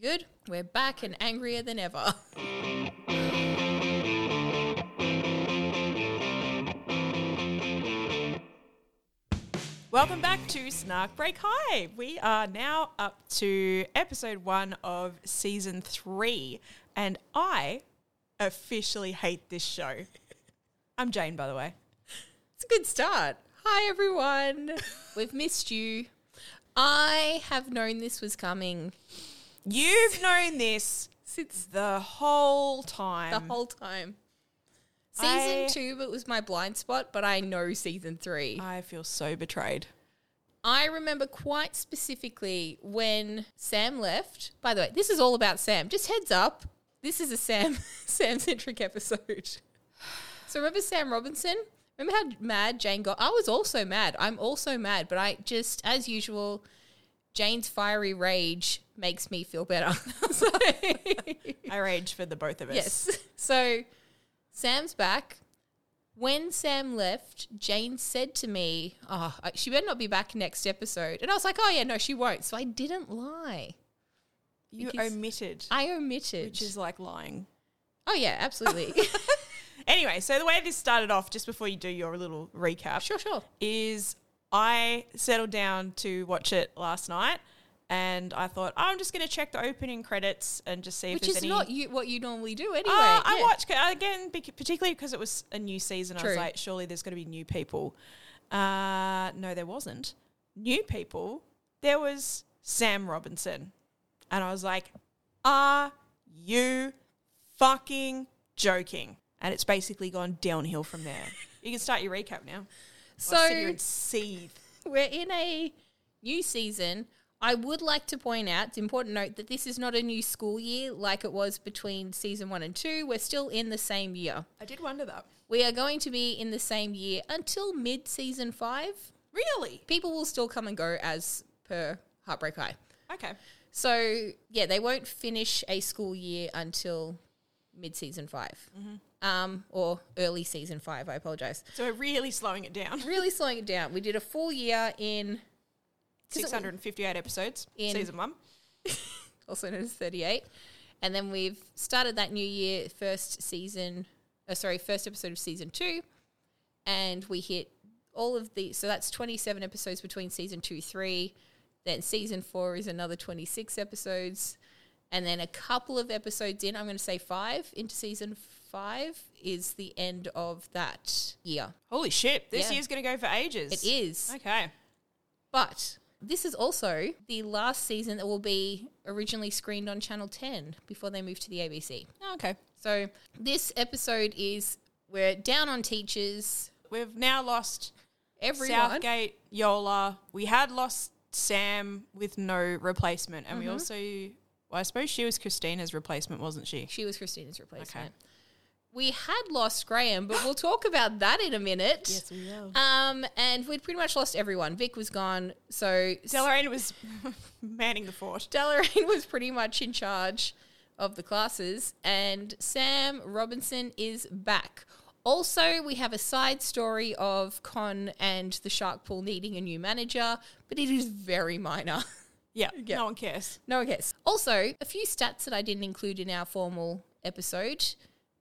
Good. We're back and angrier than ever. Welcome back to Snark Break High. We are now up to episode one of season three, and I officially hate this show. I'm Jane, by the way. It's a good start. Hi, everyone. We've missed you. I have known this was coming You've known this since the whole time. the whole time. Season I- two, but it was my blind spot, but I know season three. I feel so betrayed. I remember quite specifically when Sam left. By the way, this is all about Sam. Just heads up, this is a Sam Sam centric episode. So remember Sam Robinson? Remember how mad Jane got? I was also mad. I'm also mad, but I just as usual, Jane's fiery rage makes me feel better. so, I rage for the both of us. yes. So Sam's back. When Sam left, Jane said to me, "Oh, I- she better not be back next episode." And I was like, "Oh yeah, no, she won't." So I didn't lie. You Because- omitted, I omitted. which is like lying. oh yeah, absolutely. Anyway, so the way this started off, just before you do your little recap, sure, sure. is I settled down to watch it last night, and I thought "Oh, I'm just going to check the opening credits and just see if Which there's is any. not you, what you normally do anyway. Uh, I yeah. watched again, bec- particularly because it was a new season. I True. was like, surely there's going to be new people. Uh, no, there wasn't. New people. There was Sam Robinson, and I was like, are you fucking joking? And it's basically gone downhill from there. you can start your recap now. So So- sit here and seethe. we're in a new season. I would like to point out, it's important to note that this is not a new school year like it was between season one and two. We're still in the same year. I did wonder that. We are going to be in the same year until mid season five. Really? People will still come and go as per Heartbreak High. Okay. So, yeah, they won't finish a school year until mid season 5 um, or early season five. I apologize. So we're really slowing it down. Really slowing it down. We did a full year in, 658 episodes, In- season one. also known as 38. And then we've started that new year, first season, uh, sorry, first episode of season two. And we hit all of the, so that's 27 episodes between season two, three. Then season four is another 26 episodes. And then a couple of episodes in, I'm going to say five, into season five is the end of that year. Holy shit, this Yeah. year's going to go for ages. It is. Okay. But this is also the last season that will be originally screened on Channel 10 before they move to the ABC. okay. So this episode is we're down on teachers. We've now lost Everyone, Southgate, Yola. We had lost Sam with no replacement. And Mm-hmm. we also, well, I suppose she was Christina's replacement, wasn't she? she was Christina's replacement. We had lost Graham, but we'll talk about that in a minute. we will. Um, and we'd pretty much lost everyone. Vic was gone, so Deloraine was manning the fort. Deloraine was pretty much in charge of the classes, and Sam Robinson is back. Also, we have a side story of Con and the Shark Pool needing a new manager, but it is very minor. Yeah, no one cares. No one cares. Also, a few stats that I didn't include in our formal episode.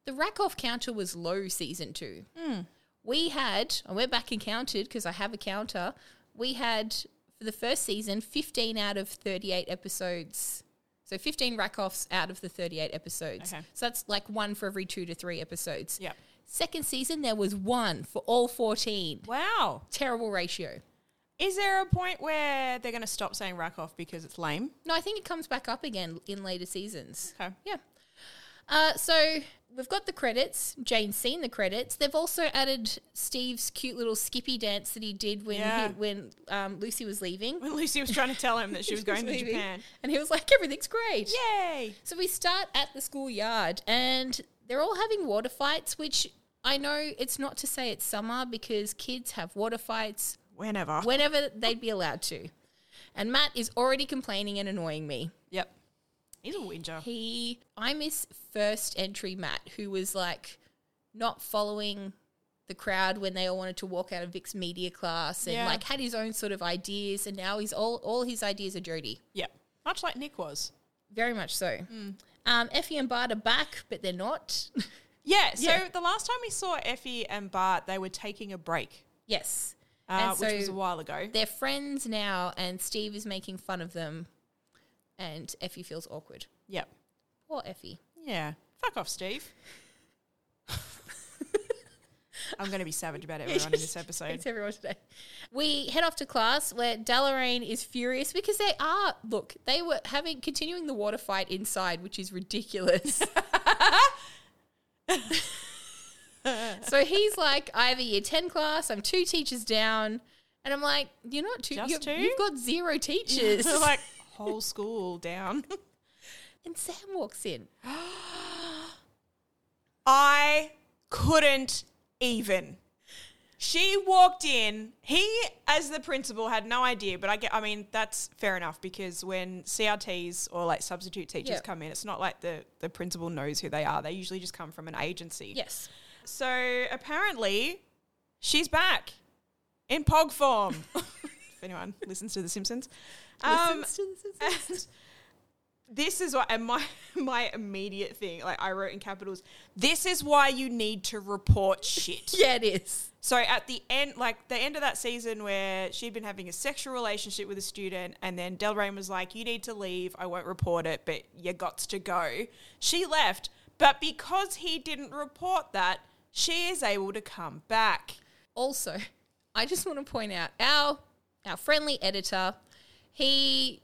The Rakoff counter was low season two. Hmm. We had, I went back and counted because I have a counter. We had, for the first season, 15 out of 38 episodes. So 15 Rakoffs out of the 38 episodes. Okay. So that's like one for every two to three episodes. Yeah. Second season, there was one for all 14. Wow. Terrible ratio. Is there a point where they're going to stop saying Rakoff because it's lame? No, I think it comes back up again in later seasons. Okay. Yeah. Uh, so we've got the credits. Jane's seen the credits. They've also added Steve's cute little Skippy dance that he did when Yeah. he, when um, Lucy was leaving. When Lucy was trying to tell him that she was going to Leaving. Japan. and he was like, "Everything's great." Yay! So we start at the schoolyard, and they're all having water fights. Which I know it's not to say it's summer because kids have water fights Whenever. whenever they'd be allowed to. And Matt is already complaining and annoying me. Yep. He's a whinger. he I miss first entry Matt, who was like not following the crowd when they all wanted to walk out of Vic's media class and Yeah. like had his own sort of ideas and now he's all all his ideas are Jody. Yep. Much like Nick was. Very much so. Um, Effie and Bart are back, but they're not. Yeah, so Yeah. the last time we saw Effie and Bart, they were taking a break, yes. uh, and so which was a while ago. they're friends now, and Steve is making fun of them, and Effie feels awkward. Yep. Poor Effie. Yeah. Fuck off, Steve. I'm going to be savage about everyone in this episode. Thanks everyone today. We head off to class where Deloraine is furious because they are look, they were having continuing the water fight inside, which is ridiculous. so he's like, I have a year ten class, I'm two teachers down. And I'm like, you're not two, Just you two? you've got zero teachers. We're like whole school down. and Sam walks in. I couldn't even. She walked in. He, as the principal, had no idea. But I get. I mean, that's fair enough because when CRTs or like substitute teachers Yeah. come in, it's not like the the principal knows who they are. They usually just come from an agency. Yes. So apparently, she's back in pog form. if anyone listens to The Simpsons, um, Listens to this, listens. and this is what and my my immediate thing like i wrote in capitals this is why you need to report shit yeah, it is. so at the end like the end of that season where she'd been having a sexual relationship with a student and then delrain was like you need to leave i won't report it but you gots to go she left but because he didn't report that she is able to come back Also, I just want to point out our our friendly editor, he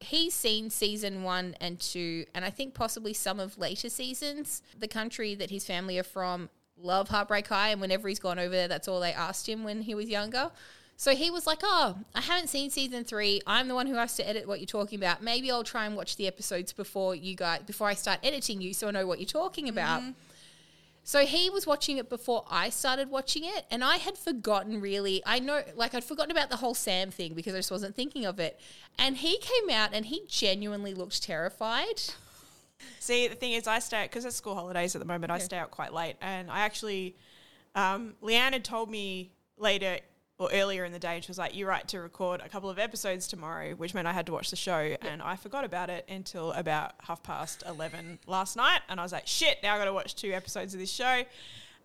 he's seen season one and two, and I think possibly some of later seasons. The country that his family are from love Heartbreak High, and whenever he's gone over there, that's all they asked him when he was younger. So he was like, "Oh, I haven't seen season three. I'm the one who has to edit what you're talking about. Maybe I'll try and watch the episodes before you guys before I start editing you, so I know what you're talking about." So he was watching it before I started watching it, and I had forgotten really. I know, like, I'd forgotten about the whole Sam thing because I just wasn't thinking of it. And he came out and he genuinely looked terrified. See, the thing is, I stay out because it's school holidays at the moment. I stay out quite late, and I actually, um, Leanne had told me later or earlier in the day, she was like, "You're right to record a couple of episodes tomorrow," which meant I had to watch the show, and I forgot about it until about half past eleven last night, and I was like, "Shit, now I got to watch two episodes of this show."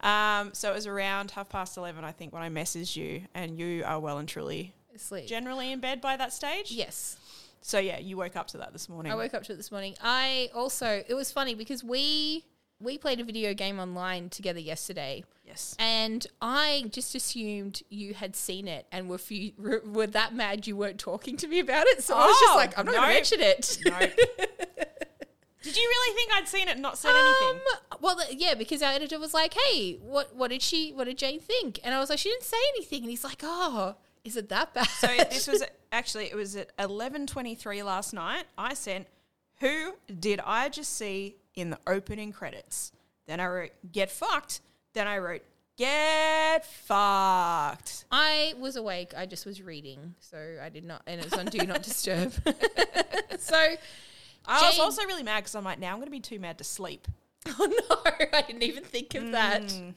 Um, so it was around half past eleven, I think, when I messaged you, and you are well and truly Asleep. generally in bed by that stage. yes. So yeah, you woke up to that this morning. I woke up to it this morning. I also, it was funny because we we played a video game online together yesterday. yes. And I just assumed you had seen it and were, few, were that mad you weren't talking to me about it. So I was Oh, just like, I'm not going no. to mention it. Nope. Did you really think I'd seen it and not said anything? Um, well, th- yeah, because our editor was like, "Hey, what what did she? What did Jane think?" And I was like, "She didn't say anything." And he's like, "Oh, is it that bad?" So this was actually it was at eleven twenty three last night. I sent, "Who did I just see in the opening credits?" Then I wrote, "Get fucked." Then I wrote, "Get fucked." I was awake. I just was reading, so I did not, and it was on Do Not Disturb. so, I was Jane- also really mad because I'm like, now I'm going to be too mad to sleep. oh no, I didn't even think of that. Hmm.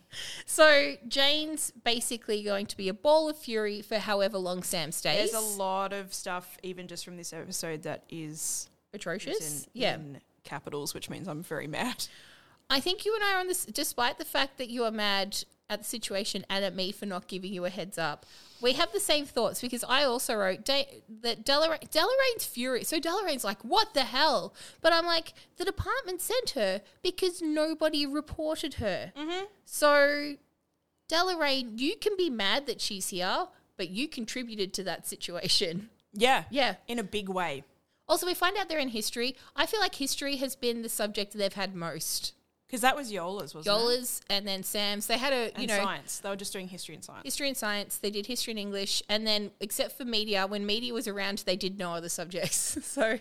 So Jane's basically going to be a ball of fury for however long Sam stays. There's a lot of stuff, even just from this episode, that is atrocious. in, yeah, in capitals, which means I'm very mad. I think you and I are on this, despite the fact that you are mad at the situation and at me for not giving you a heads up. We have the same thoughts because I also wrote da- that Delara- Delaraine's furious. So Delaraine's like, what the hell? But I'm like, the department sent her because nobody reported her. So, Deloraine, you can be mad that she's here, but you contributed to that situation. Yeah, Yeah. in a big way. Also, we find out they're in history. I feel like history has been the subject they've had most. Because that was Yola's, wasn't it? Dollars and then Sam's. They had a you and know science. They were just doing history and science. history and science. They did history and English, and then except for media, when media was around, they did no other subjects. So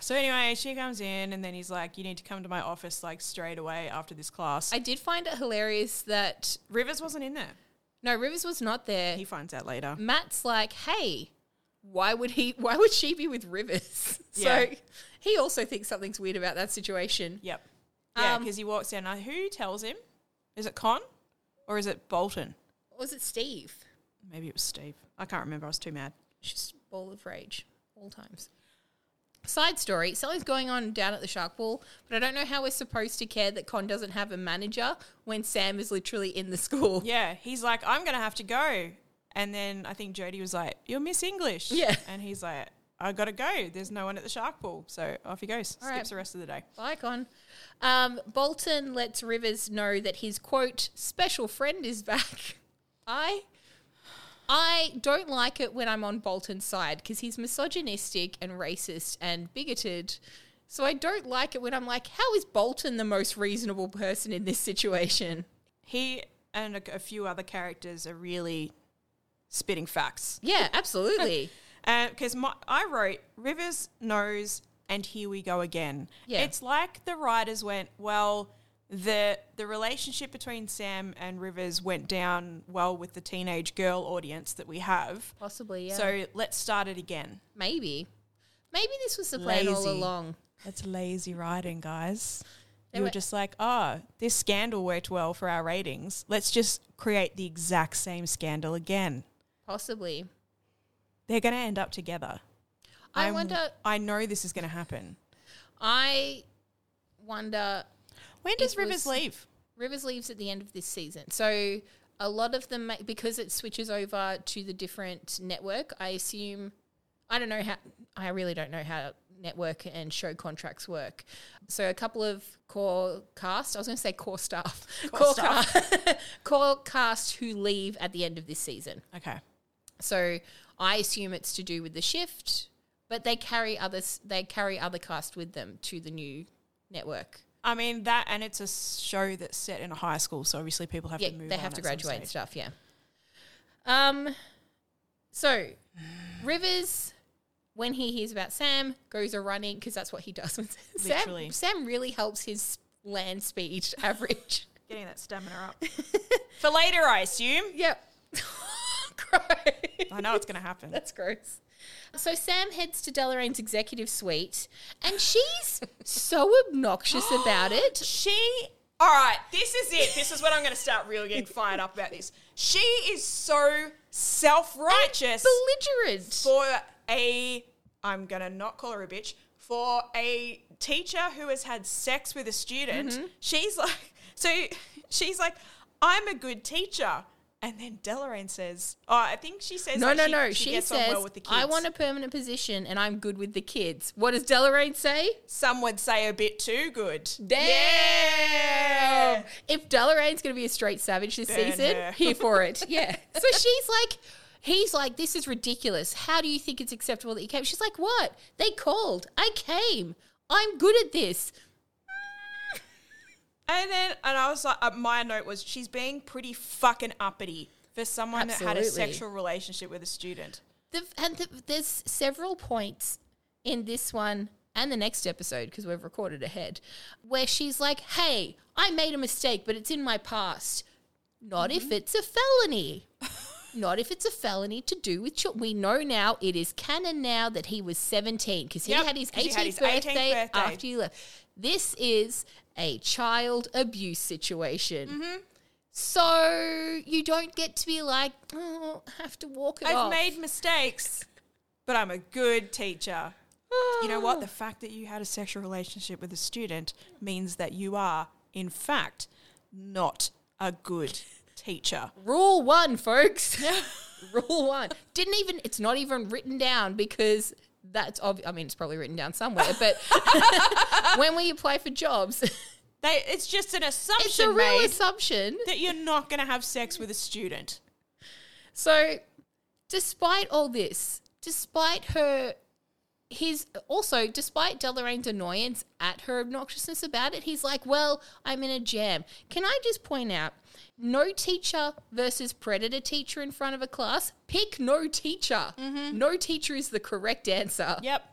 So anyway, she comes in and then he's like, "You need to come to my office like straight away after this class." I did find it hilarious that Rivers wasn't in there. no Rivers was not there. He finds out later. Matt's like, hey, why would he? Why would she be with Rivers? Yeah. So he also thinks something's weird about that situation. Yep. Yeah, Um, because he walks in. Now, who tells him? Is it Con, or is it Bolton? Was it Steve? Maybe it was Steve. I can't remember. I was too mad. Just ball of rage all times. Side story something's going on down at the shark pool, but I don't know how we're supposed to care that Con doesn't have a manager when Sam is literally in the school. Yeah, he's like, I'm gonna have to go. And then I think Jody was like, You'll miss English. Yeah. And he's like, I gotta go. There's no one at the shark pool. So off he goes. All Skips right. the rest of the day. Bye, Con. Um, Bolton lets Rivers know that his quote special friend is back. I I don't like it when I'm on Bolton's side because he's misogynistic and racist and bigoted. So I don't like it when I'm like, how is Bolton the most reasonable person in this situation? He and a, a few other characters are really spitting facts. Yeah, absolutely. Because my I wrote Rivers knows, and here we go again. Yeah. It's like the writers went, well, the the relationship between Sam and Rivers went down well with the teenage girl audience that we have. Possibly, yeah. So let's start it again. maybe. Maybe this was the plan all Lazy. along. That's lazy writing, guys. They you were were- just like, oh, this scandal worked well for our ratings. Let's just create the exact same scandal again. Possibly. They're going to end up together. I I'm- wonder I know this is going to happen. I wonder When does It Rivers was- leave? Rivers leaves at the end of this season. So a lot of them, ma- because it switches over to the different network, I assume, I don't know how, I really don't know how network and show contracts work. So a couple of core cast, I was going to say core staff, core, staff. Ca- core cast who leave at the end of this season. Okay. So I assume it's to do with the shift, but they carry others, they carry other cast with them to the new network. I mean, that, and it's a s- show that's set in a high school, so obviously people have yeah, to move they on have to at some graduate and stage. stuff. Yeah. Um. So, Rivers, when he hears about Sam, goes a running because that's what he does. When Sam, Literally. Sam really helps his land speed average. Getting that stamina up. for later, I assume. yep. gross. I know it's going to happen. That's gross. So Sam heads to Delorain's executive suite, and she's so obnoxious about it. She. All right, this is it. This is when I'm going to start really getting fired up about this. She is so self righteous Belligerent. for a. I'm going to not call her a bitch. For a teacher who has had sex with a student, Mm-hmm. she's like, so she's like, I'm a good teacher. And then Deloraine says, oh, I think she says, No, like, no, she, no. She, She, gets says, on well with the kids. I want a permanent position and I'm good with the kids. What does Deloraine say? Some would say a bit too good. Damn. Yeah. If Deloraine's going to be a straight savage this Burn season, her. here for it. Yeah. so she's like, he's like, this is ridiculous. How do you think it's acceptable that you came? She's like, what? They called. I came. I'm good at this. And then, and I was like, uh, my note was, she's being pretty fucking uppity for someone that had a Absolutely. sexual relationship with a student. The, and the, there's several points in this one and the next episode because we've recorded ahead where she's like, "Hey, I made a mistake, but it's in my past. Not Mm-hmm. if it's a felony. Not if it's a felony to do with children. We know now it is canon now that he was 17 because he Yep, had his 'cause 18th, he had his 18th birthday, birthday. after you left. This is a child abuse situation." Mm-hmm. So you don't get to be like, oh, I have to walk it I've off. made mistakes, but I'm a good teacher. You know what? The Ah. fact that you had a sexual relationship with a student means that you are, in fact, not a good teacher. Rule one, folks. Rule one. Didn't even, it's not even written down because that's obvious. I mean, it's probably written down somewhere, but when we apply for jobs, They, it's just an it's a real assumption made assumption. that you're not going to have sex with a student. So, despite all this, despite her, his also despite Delorain's annoyance at her obnoxiousness about it, he's like, "Well, I'm in a jam." Can I just point out, no teacher versus predator teacher in front of a class. Pick no teacher. Mm-hmm. No teacher is the correct answer. Yep.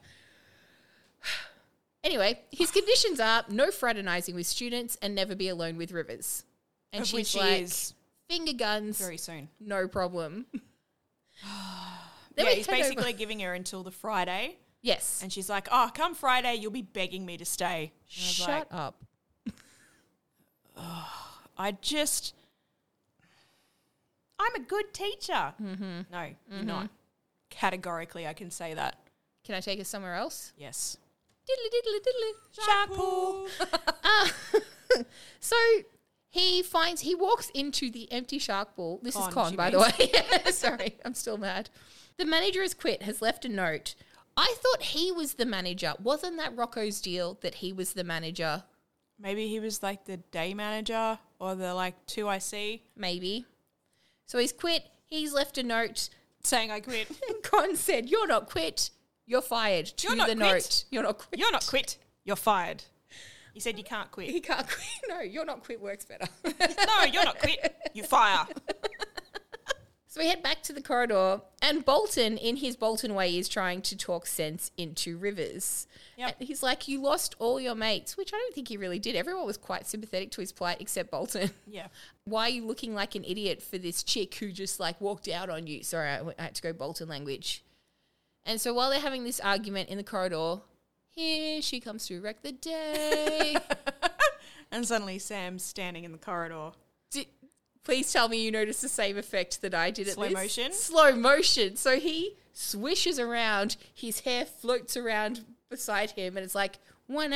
Anyway, his conditions are no fraternizing with students and never be alone with Rivers. And Of she's which he like, is finger guns, very soon. no problem. yeah, we he's head over- basically giving her until the Friday. Yes. And she's like, "Oh, come Friday, you'll be begging me to stay." And I was Shut like, "Oh." up. I just, I'm a good teacher. Mm-hmm. No, you're not. Categorically, I can say that. Can I take us somewhere else? Yes. Diddly diddly diddly. Shampoo. So he finds he walks into the empty shark pool. This Con, is con, she by the way. Sorry, I'm still mad. The manager has quit. Has left a note. I thought he was the manager. Wasn't that Rocco's deal that he was the manager? Maybe he was like the day manager or the like 2IC Maybe. So he's quit. He's left a note. saying, I quit. And Con said, "You're not quit. You're fired." To You're not the quit. note. You're not quit. You're not quit. You're fired. He said, You can't He quit. can't quit. No, you're not quit works better. no, you're not quit. You fire. So we head back to the corridor, and Bolton, in his Bolton way, is trying to talk sense into Rivers. Yep. And He's like, You lost all your mates, which I don't think he really did. Everyone was quite sympathetic to his plight except Bolton. Yeah. Why are you looking like an idiot for this chick who just like walked out on you? Sorry, I, I had to go Bolton language. And so while they're having this argument in the corridor, here she comes to wreck the day. And suddenly Sam's standing in the corridor. Did, please tell me you noticed the same effect that I did at Slow this. motion? Slow motion. So he swishes around, his hair floats around beside him, and it's like,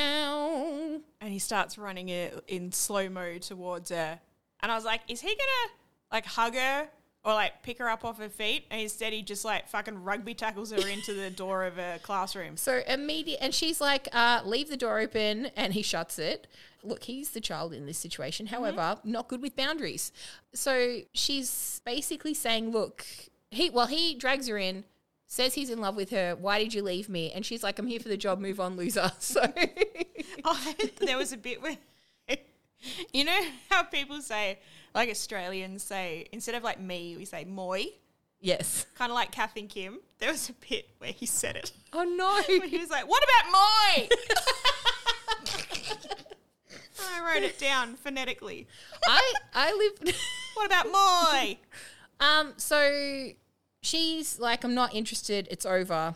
wow. and he starts running it in slow mo towards her. And I was like, is he gonna like hug her or like pick her up off her feet? And instead, he just like fucking rugby tackles her into the door of her classroom. So immediate, and she's like, uh, leave the door open, and he shuts it. Look, he's the child in this situation. Mm-hmm. However, not good with boundaries. So she's basically saying, look, he, well, he drags her in, says he's in love with her. Why did you leave me? And she's like, I'm here for the job. Move on, loser. So I, Oh, there was a bit where, you know how people say, like Australians say, instead of like me, we say moi, yes. kind of like Kath and Kim. There was a bit where he said it. Oh no. When he was like, what about moi? And I wrote it down phonetically. I I lived What about moi? um so she's like I'm not interested it's over.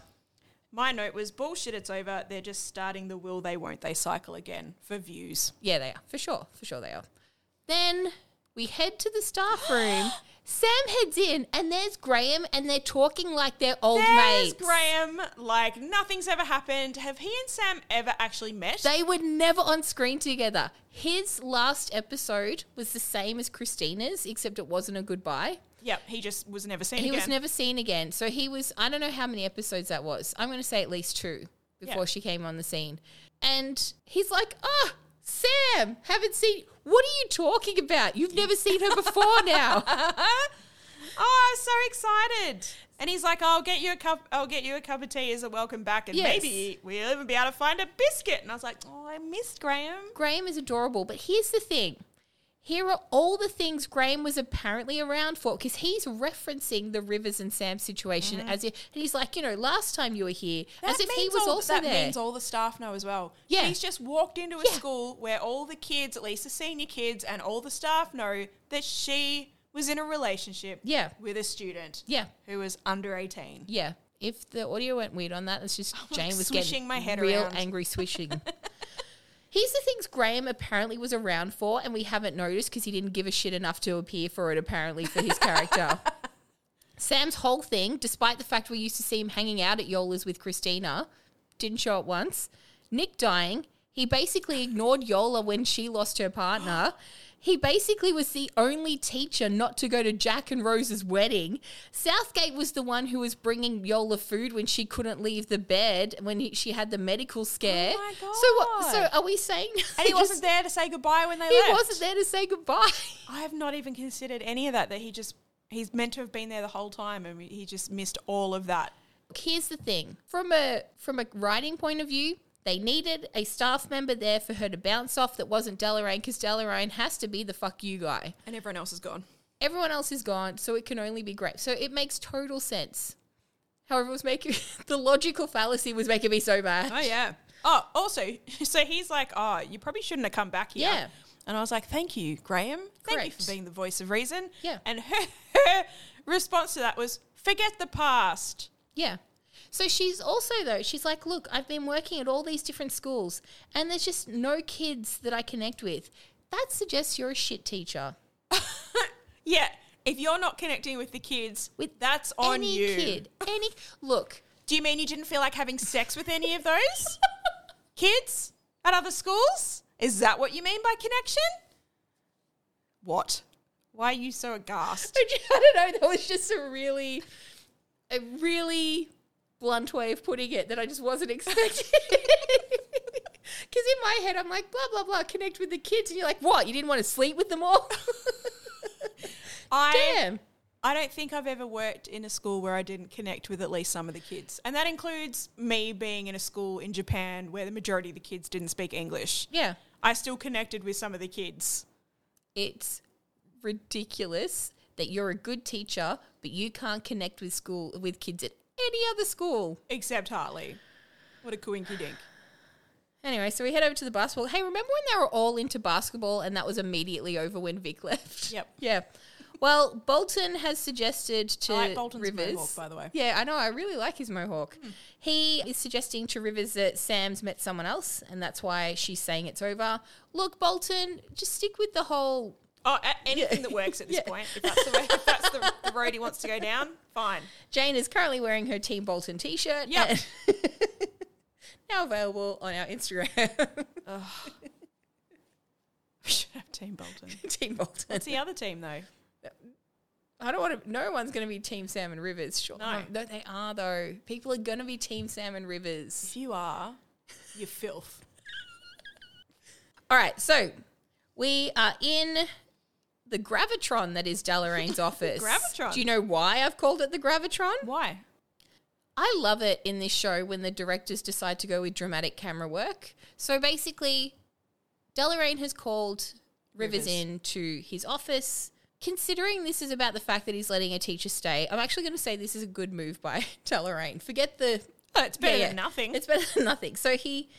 My note was bullshit, it's over. They're just starting the will they won't they cycle again for views. Yeah, they are. For sure. For sure they are. Then we head to the staff room. Sam heads in and there's Graham and they're talking like they're old There's mates. Graham, like nothing's ever happened. Have he and Sam ever actually met? They were never on screen together. His last episode was the same as Christina's except it wasn't a goodbye. yep, he just was never seen He again. was never seen again. So he was, I don't know how many episodes that was. I'm going to say at least two before Yeah. she came on the scene. And he's like, oh, Sam, haven't seen, what are you talking about? You've never seen her before now. oh, I was so excited. And he's like, I'll get you a cup I'll get you a cup of tea as a welcome back and Yes. maybe we'll even be able to find a biscuit. And I was like, Oh, I missed Graham. Graham is adorable, but here's the thing. Here are all the things Graham was apparently around for because he's referencing the Rivers and Sam situation as if, and he's like, you know, last time you were here, as if he means was all- also Mm. that there. means all the staff know as well. Yeah. He's just walked into a Yeah. school where all the kids, at least the senior kids, and all the staff know that she was in a relationship yeah, with a student yeah. who was under 18. Yeah. If the audio went weird on that, it's just Jane was getting swishing my head real around. angry swishing. Here's the things Graham apparently was around for, and we haven't noticed because he didn't give a shit enough to appear for it, apparently, for his character. Sam's whole thing, despite the fact we used to see him hanging out at Yola's with Christina, didn't show up once. Nick dying, he basically ignored Yola when she lost her partner. He basically was the only teacher not to go to Jack and Rose's wedding. Southgate was the one who was bringing Yola food when she couldn't leave the bed when he, she had the medical scare. Oh my So God. what? So are we saying? And he wasn't there to say goodbye when they He left. wasn't there to say goodbye. I have not even considered any of that, that he just, he's meant to have been there the whole time and he just missed all of that. here's the thing from a from a writing point of view they needed a staff member there for her to bounce off that wasn't Delarane because Delarane has to be the fuck you guy. And everyone else is gone. Everyone else is gone, so it can only be great. So it makes total sense. However, it was making the logical fallacy was making me so mad. Oh yeah. Oh, also, so he's like, "Oh, you probably shouldn't have come back here." Yeah. And I was like, "Thank you, Graham. Thank you Correct. for being the voice of reason." Yeah. And her, her response to that was, "Forget the past." Yeah. So she's also though, she's like, look, I've been working at all these different schools and there's just no kids that I connect with. That suggests you're a shit teacher. Yeah. If you're not connecting with the kids, With that's on any you. kid. Any look, Do you mean you didn't feel like having sex with any of those? kids at other schools? Is that what you mean by connection? What? Why are you so aghast? I don't know. That was just a really, a really blunt way of putting it that I just wasn't expecting. Because in my head, I'm like, blah, blah, blah, connect with the kids. And you're like, what? You didn't want to sleep with them all? I Damn. I don't think I've ever worked in a school where I didn't connect with at least some of the kids. And that includes me being in a school in Japan where the majority of the kids didn't speak English. Yeah. I still connected with some of the kids. It's ridiculous that you're a good teacher, but you can't connect with school, with kids at any other school. Except Hartley. What a coinky dink. Anyway, so we head over to the basketball. Hey, remember when they were all into basketball and that was immediately over when Vic left? Yep. Yeah. Well, Bolton has suggested to I like Bolton's Rivers. mohawk, Hmm. by the way. Yeah, I know. I really like his mohawk. He is suggesting to Rivers that Sam's met someone else, and that's why she's saying it's over. Look, Bolton, just stick with the whole. Oh, a- anything that works at this point. If that's, the way, if that's the, the road he wants to go down, fine. Jane is currently wearing her Team Bolton T-shirt. Yep. and- now available on our Instagram, We should have Team Bolton. Team Bolton. It's the other team, though. I don't want to. No one's going to be Team Sam and Rivers. Sure, Um, No. no, they are though. People are going to be Team Sam and Rivers. If you are, you filth. All right, so we are in the gravitron that is Dalarain's office. Gravitron. Do you know why I've called it the gravitron? Why? I love it in this show when the directors decide to go with dramatic camera work. So basically, Deloraine has called Rivers, Rivers. in to his office. Considering this is about the fact that he's letting a teacher stay, I'm actually going to say this is a good move by Deloraine. Forget the Oh, it's better yeah, than yeah. nothing. It's better than nothing. So he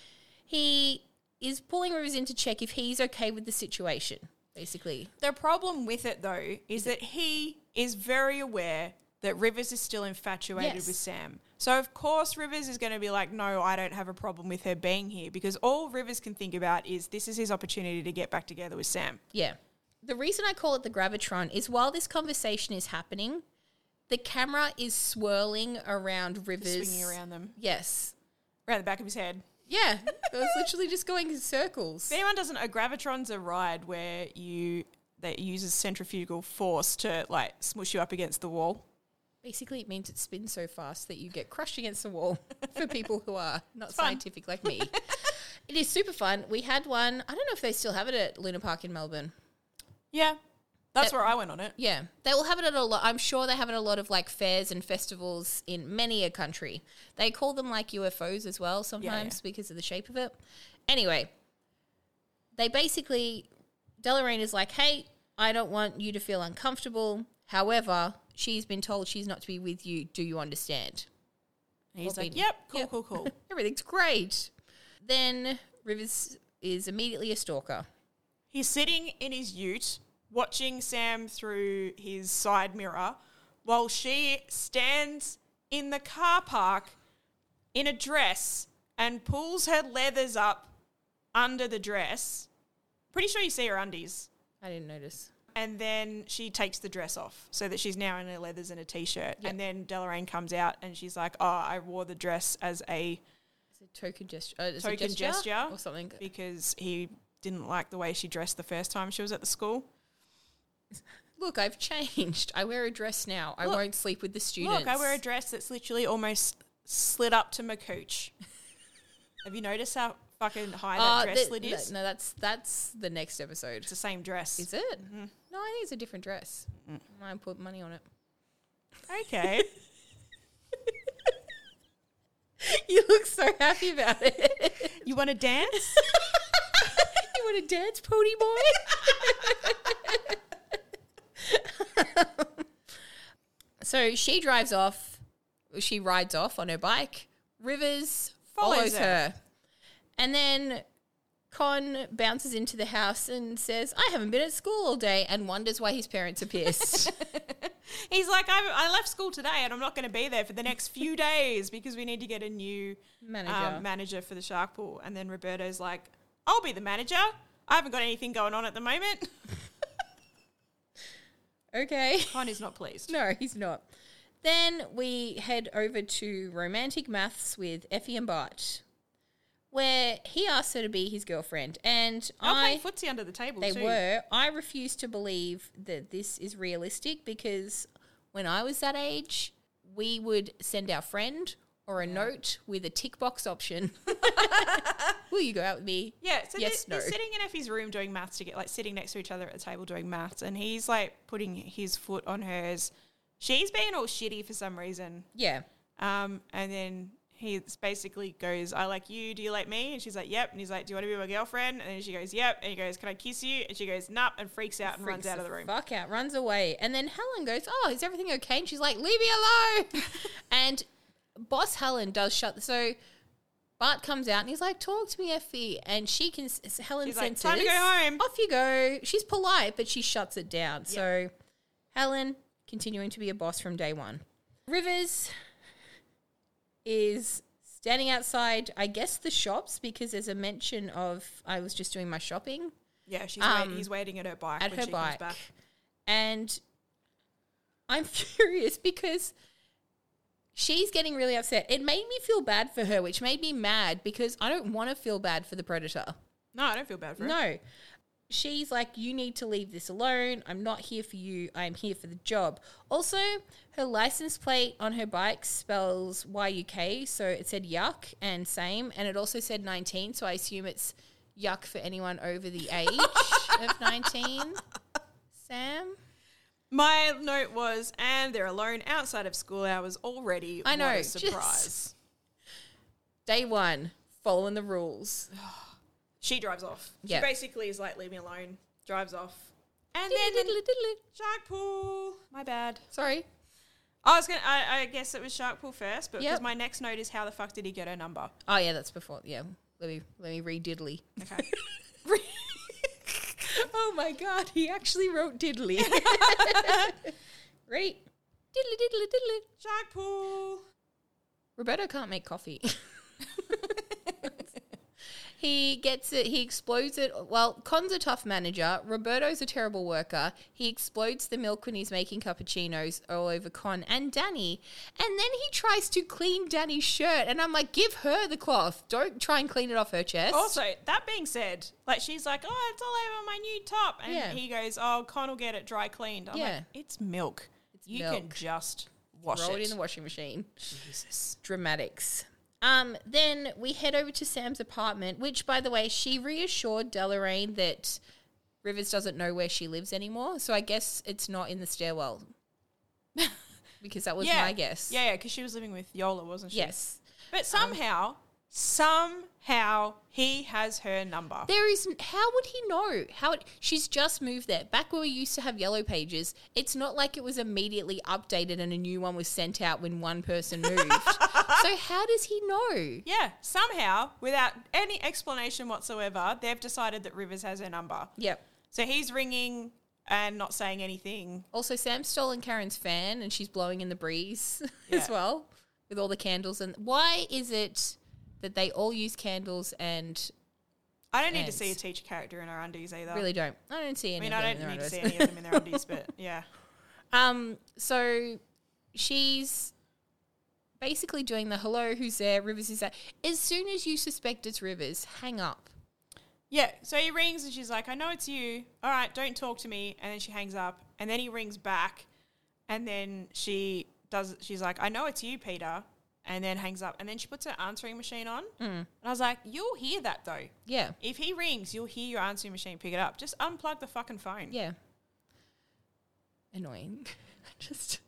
he is pulling Rivers in to check if he's okay with the situation. Basically, The problem with it, though, is that he is very aware that Rivers is still infatuated Yes. with Sam. So, of course, Rivers is going to be like, no, I don't have a problem with her being here because all Rivers can think about is this is his opportunity to get back together with Sam. yeah. The reason I call it the gravitron is while this conversation is happening, the camera is swirling around Rivers. Swinging around them, Yes. around the back of his head. Yeah. it was literally just going in circles. If anyone doesn't know, Gravitron's a ride where you that uses centrifugal force to like smush you up against the wall. Basically, it means it spins so fast that you get crushed against the wall for people who are not fun. scientific like me. it is super fun. We had one, I don't know if they still have it at Luna Park in Melbourne. Yeah, that's That- where I went on it. Yeah, they will have it at a lot. I'm sure they have it at a lot of like fairs and festivals in many a country. They call them like UFOs as well sometimes because of the shape of it. Anyway, they basically, Deloraine is like, hey, I don't want you to feel uncomfortable. However, she's been told she's not to be with you. Do you understand? And he's Well, like, we- "Yep, cool, yep. cool, cool." Everything's great. Then Rivers is immediately a stalker. He's sitting in his ute watching Sam through his side mirror while she stands in the car park in a dress and pulls her leathers up under the dress. Pretty sure you see her undies. I didn't notice. And then she takes the dress off so that she's now in her leathers and a t shirt. And then Deloraine comes out and she's like, Oh, I wore the dress as a It's a token gesture. Uh, it's a Token gesture. or something. because he didn't like the way she dressed the first time she was at the school. Look, I've changed. I wear a dress now. I Look. won't sleep with the students. Look, I wear a dress that's literally almost slid up to my cooch. Have you noticed how fucking high Oh, that dress th- lid th- is? No, that's that's the next episode. It's Mm-hmm. the same dress. Is it? No, I think it's a different dress. Mm. I put money on it. okay. you look so happy about it. you want to dance? you want to dance, pony boy? so she drives off. She rides off on her bike. Rivers follows, Follows her. her. And then Con bounces into the house and says, I haven't been at school all day, and wonders why his parents are pissed. He's like, I, I left school today and I'm not going to be there for the next few days because we need to get a new Manager. um, manager for the shark pool. And then Roberto's like, I'll be the manager. I haven't got anything going on at the moment. okay. Con is not pleased. No, he's not. Then we head over to romantic maths with Effie and Bart. where he asked her to be his girlfriend, and They were I playing footsie under the table they too. were. I refuse to believe that this is realistic because when I was that age, we would send our friend or a note with a tick box option. Will you go out with me? Yeah, so Yes, they're, they're no. sitting in Effie's room doing maths to get like sitting next to each other at the table doing maths, and he's like putting his foot on hers. She's being all shitty for some reason, Yeah. um, and then he basically goes, "I like you. Do you like me?" And she's like, "Yep." And he's like, "Do you want to be my girlfriend?" And then she goes, "Yep." And he goes, "Can I kiss you?" And she goes, "Nope," and freaks out and runs freaks out of the room. Fuck out, runs away. And then Helen goes, Oh, is everything okay? And she's like, Leave me alone. and boss Helen does shut. So Bart comes out and he's like, Talk to me, Effie. And she can, s- Helen She's like, senses, "Time to go home." Off you go. She's polite, but she shuts it down. So Helen continuing to be a boss from day one. Rivers is standing outside, I guess, the shops because there's a mention of I was just doing my shopping Yeah, she's wait, Um, he's waiting at her bike at when her she bike. comes back. And I'm furious because she's getting really upset. It made me feel bad for her, which made me mad because I don't want to feel bad for the predator. No, I don't feel bad for her. No. She's like, you need to leave this alone. I'm not here for you. I'm here for the job. Also, her license plate on her bike spells YUK. So it said yuck and same. And it also said 19. So I assume it's yuck for anyone over the age of 19. Sam? My note was, and they're alone outside of school hours already. I know, What a just- surprise. Day one, following the rules. She drives off. Yeah. She basically is like, leave me alone, drives off. And then in Shark Pool. My bad. Sorry. I was gonna I, I guess it was Shark Pool first, but because Yep. my next note is how the fuck did he get her number? Oh, yeah, that's before. Yeah. Let me, let me read diddly. Okay. oh my god, he actually wrote diddly. right? Diddly diddly diddly. Shark Pool. Roberto can't make coffee. he gets it, he explodes it. Well, Con's a tough manager. Roberto's a terrible worker. He explodes the milk when he's making cappuccinos all over Con and Danny. And then he tries to clean Danny's shirt. And I'm like, give her the cloth. Don't try and clean it off her chest. Also, that being said, like she's like, Oh, it's all over my new top and Yeah. he goes, Oh, Con will get it dry cleaned. I'm Yeah. like, It's milk. you can milk. just wash Roll it. it in the washing machine. Jesus. dramatics. Um, then we head over to Sam's apartment, which, by the way, she reassured Deloraine that Rivers doesn't know where she lives anymore. So I guess it's not in the stairwell because that was my guess. Yeah, yeah, because she was living with Yola, wasn't she? Yes. Um, But somehow, somehow he has her number. There is. How would he know? How it- she's just moved there. Back where we used to have yellow pages, it's not like it was immediately updated and a new one was sent out when one person moved. so how does he know? Yeah, somehow, without any explanation whatsoever, they've decided that Rivers has her number. Yep. So he's ringing and not saying anything. Also, Sam's stolen Karen's fan and she's blowing in the breeze Yeah. as well with all the candles. And why is it that they all use candles and I don't need to Ants. see a teacher character in her undies either. really don't? I don't see Uh, I any. mean, of them I in the don't need to rounders. see any of them in their undies, but yeah. Um, so she's basically doing the hello, who's there? Rivers is there. As soon as you suspect it's Rivers, hang up. Yeah, so he rings and she's like, I know it's you. All right, don't talk to me. And then she hangs up. And then he rings back. And then she does, she's like, I know it's you, Peter. And then hangs up. And then she puts her answering machine on. And I was like, You'll hear that though. Yeah, If he rings, you'll hear your answering machine pick it up. Just unplug the fucking phone. yeah. Annoying. Just.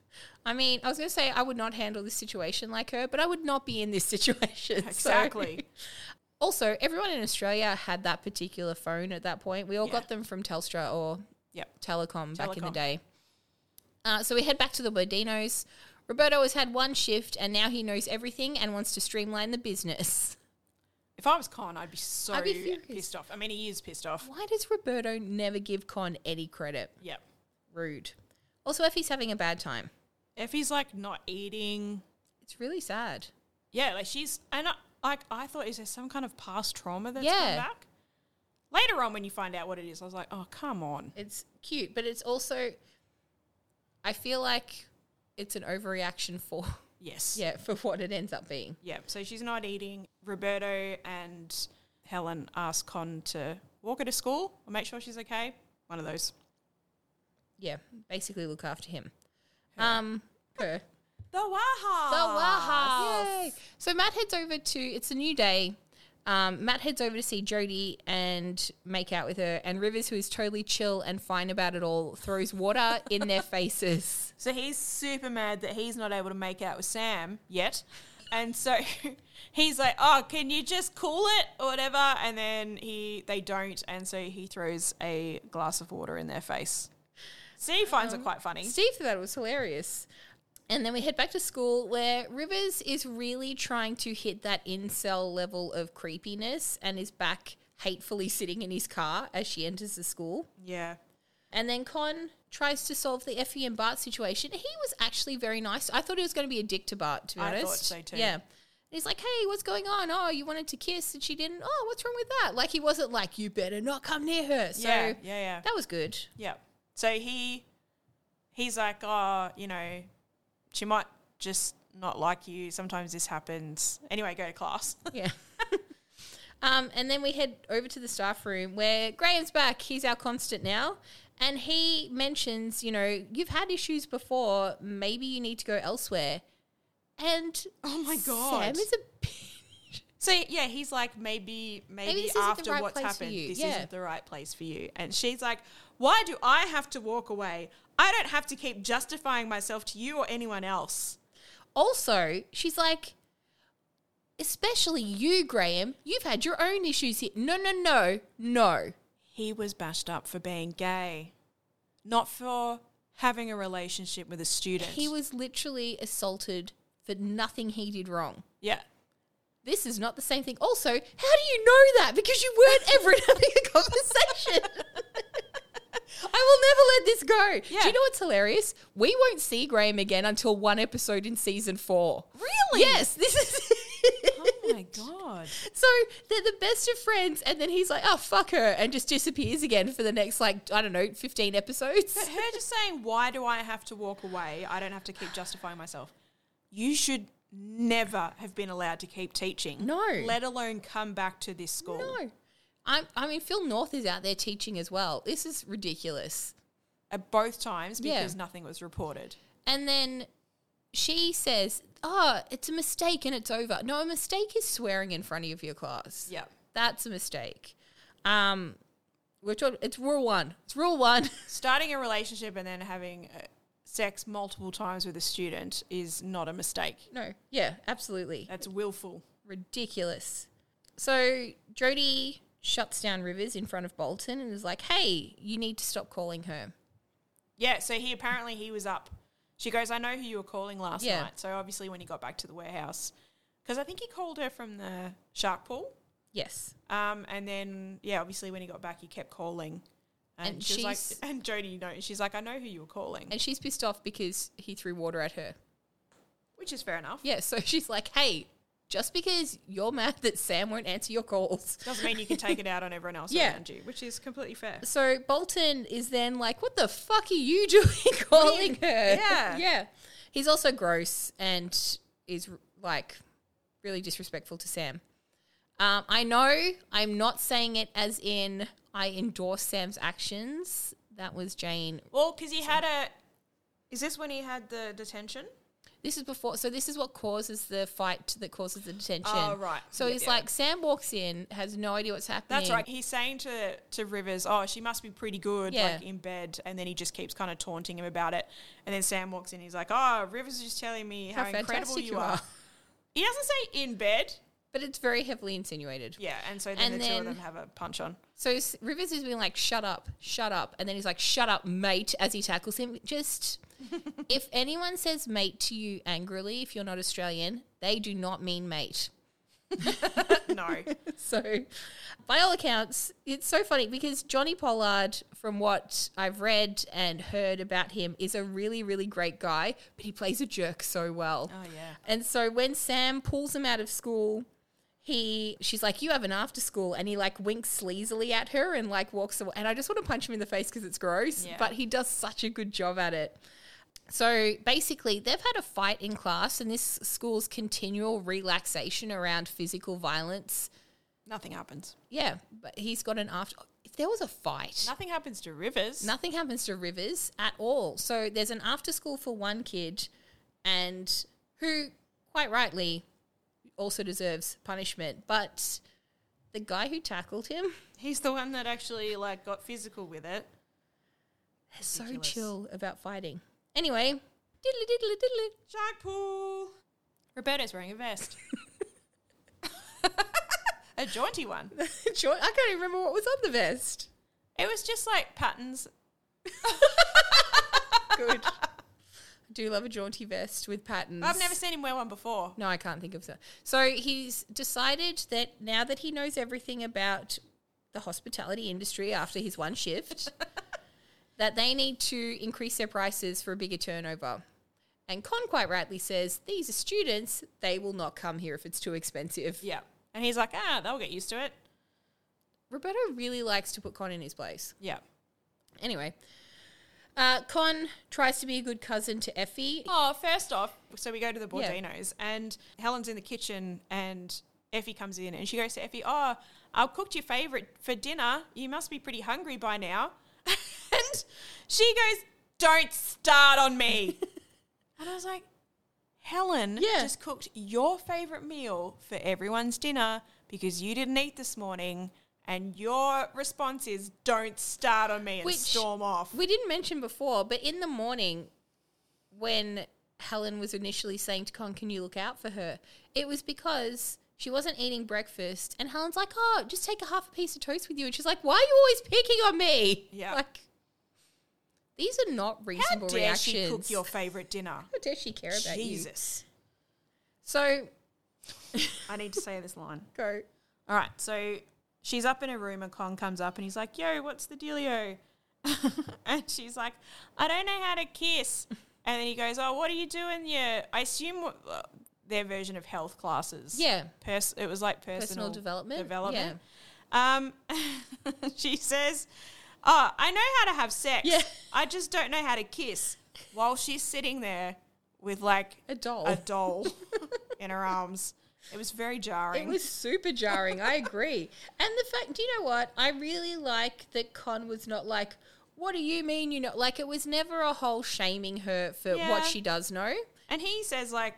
I mean, I was going to say I would not handle this situation like her, but I would not be in this situation. so- Exactly. Also, everyone in Australia had that particular phone at that point. We all Yeah. got them from Telstra or yep. Telecom, back in the Telecom. day. Uh, so we head back to the Bodinos. Roberto has had one shift and now he knows everything and wants to streamline the business. If I was Con, I'd be so I'd be furious. pissed off. I mean, he is pissed off. Why does Roberto never give Con any credit? Yep. Rude. Also, if he's having a bad time, If he's like not eating, it's really sad. Yeah, like she's and I, like I thought, is there some kind of past trauma that's Yeah. come back? Later on, when you find out what it is, I was like, oh come on. It's cute, but it's also, I feel like it's an overreaction for Yes. Yeah, for what it ends up being. Yeah. So she's not eating. Roberto and Helen ask Con to walk her to school or make sure she's okay. One of those. Yeah, basically look after him. Her. Um, her. The Waha. The warehouse. So Matt heads over to it's a new day. Um, Matt heads over to see Jody and make out with her, and Rivers, who is totally chill and fine about it all, throws water in their faces. So he's super mad that he's not able to make out with Sam yet. And so he's like, "Oh, can you just cool it or whatever?" And then he they don't, and so he throws a glass of water in their face. Steve finds it quite funny. Steve thought it was hilarious. And then we head back to school where Rivers is really trying to hit that incel level of creepiness and is back hatefully sitting in his car as she enters the school. Yeah. And then Con tries to solve the Effie and Bart situation. He was actually very nice. I thought he was going to be a dick to Bart, to be I thought honest. so too. Yeah. And he's like, hey, what's going on? Oh, you wanted to kiss and she didn't. Oh, what's wrong with that? Like, he wasn't like, you better not come near her. So yeah. Yeah. Yeah. that was good. Yeah. So he he's like, oh, you know, she might just not like you. Sometimes this happens. Anyway, go to class. Yeah. um, and then we head over to the staff room where Graham's back. He's our constant now. And he mentions, you know, you've had issues before. Maybe you need to go elsewhere. And oh my Sam is a bitch. So yeah, he's like, maybe, maybe, this isn't the after right what's place for happened, you. this Yeah. isn't the right place for you. And she's like, why do I have to walk away? I don't have to keep justifying myself to you or anyone else. Also, she's like, especially you, Graham, you've had your own issues here. No, no, no, no. He was bashed up for being gay, not for having a relationship with a student. He was literally assaulted for nothing he did wrong. yeah. this is not the same thing. Also, how do you know that? Because you weren't ever having a conversation. I will never let this go. Do Yeah. you know what's hilarious? We won't see Graham again until one episode in season four. Really? Yes, this is. Oh my god. so they're the best of friends, and then he's like, "Oh fuck her," and just disappears again for the next like I don't know, fifteen episodes. But her just saying, why do I have to walk away? I don't have to keep justifying myself. You should never have been allowed to keep teaching. No. Let alone come back to this school. No, I, I mean Phil North is out there teaching as well. This is ridiculous. At both times Yeah. because nothing was reported. And then she says, Oh, it's a mistake and it's over. No, a mistake is swearing in front of your class. Yep. That's a mistake. Um, we're taught it's rule one. It's rule one. Starting a relationship and then having uh, sex multiple times with a student is not a mistake. no, yeah, absolutely. That's willful. Ridiculous. So Jody shuts down Rivers in front of Bolton and is like, Hey, you need to stop calling her. Yeah, so he apparently he was up. She goes, I know who you were calling last Yeah. night. So obviously when he got back to the warehouse, because I think he called her from the shark pool. Yes. Um, and then yeah, obviously when he got back, he kept calling, and, And she was she's- like, and Jody, you know, she's like, I know who you were calling, And she's pissed off because he threw water at her. which is fair enough. Yeah, so she's like, Hey, just because you're mad that Sam won't answer your calls Doesn't mean you can take it out on everyone else Yeah. around you, which is completely fair. So Bolton is then like, "What the fuck are you doing, calling her?" Yeah. yeah. He's also gross and is like really disrespectful to Sam. Um, I know I'm not saying it as in I endorse Sam's actions. That was Jane. Well, because he had a, is this when he had the detention? This is before, so this is what causes the fight that causes the detention. Oh, right. So Yeah, it's yeah. like Sam walks in, has no idea what's happening. That's right. He's saying to to Rivers, "Oh, she must be pretty good, Yeah. like in bed," and then he just keeps kind of taunting him about it. And then Sam walks in. He's like, "Oh, Rivers is just telling me how, incredible you are. He doesn't say in bed. But it's very heavily insinuated. Yeah, and so then And the two then- of them have a punch on. So S- Rivers has been like, shut up, shut up. And then he's like, shut up, mate, as he tackles him. Just, if anyone says mate to you angrily, if you're not Australian, they do not mean mate. No, So, by all accounts, it's so funny because Johnny Pollard, from what I've read and heard about him, is a really, really great guy, but he plays a jerk so well. Oh, yeah. And so when Sam pulls him out of school, he she's like, You have an after school and he like winks sleazily at her and like walks away. And I just want to punch him in the face because it's gross. Yeah. But he does such a good job at it. So basically, they've had a fight in class, and this school's continual relaxation around physical violence. Nothing happens. Yeah, but he's got an after. If there was a fight, Nothing happens to Rivers. Nothing happens to Rivers at all. So there's an after school for one kid, and who, quite rightly, also deserves punishment. But the guy who tackled him, He's the one that actually like got physical with it. is so Ridiculous. chill about fighting. Anyway, diddly diddly diddly. Shark pool. Roberto's wearing a vest. a jaunty one. Joy- I can't even remember what was on the vest. It was just like patterns. Good. I do love a jaunty vest with patterns. I've never seen him wear one before. No, I can't think of that. So he's decided that now that he knows everything about the hospitality industry after his one shift, that they need to increase their prices for a bigger turnover. And Con quite rightly says, These are students, they will not come here if it's too expensive. Yeah. And he's like, ah, they'll get used to it. Roberto really likes to put Con in his place. Yeah. Anyway, uh, Con tries to be a good cousin to Effie. Oh, first off, so we go to the Yeah. Bordinos and Helen's in the kitchen and Effie comes in and she goes to Effie, Oh, I've cooked your favourite for dinner. You must be pretty hungry by now. and she goes, Don't start on me. and I was like, Helen Yeah. just cooked your favourite meal for everyone's dinner because you didn't eat this morning. And your response is, Don't start on me and Which- storm off. We didn't mention before, but in the morning, when Helen was initially saying to Con, "Can you look out for her?" It was because she wasn't eating breakfast, and Helen's like, "Oh, just take a half a piece of toast with you," and she's like, "Why are you always picking on me?" Yeah. like these are not How reasonable dare reactions. she cook your favourite dinner? How dare she care about you? Jesus. So I need to say this line. go. All right, so she's up in her room and Con comes up and he's like, Yo, what's the dealio? and she's like, I don't know how to kiss. And then he goes, Oh, what are you doing? Yeah, I assume what, uh, their version of health classes. Yeah. Pers- it was like personal, Personal development? Development. Um, she says, Oh, I know how to have sex. Yeah. I just don't know how to kiss. While she's sitting there with like A doll. a doll in her arms. It was very jarring. It was super jarring. I agree. And the fact, do you know what? I really like that Con was not like, what do you mean you know? Like, it was never a whole shaming her for Yeah. what she does know. And he says like,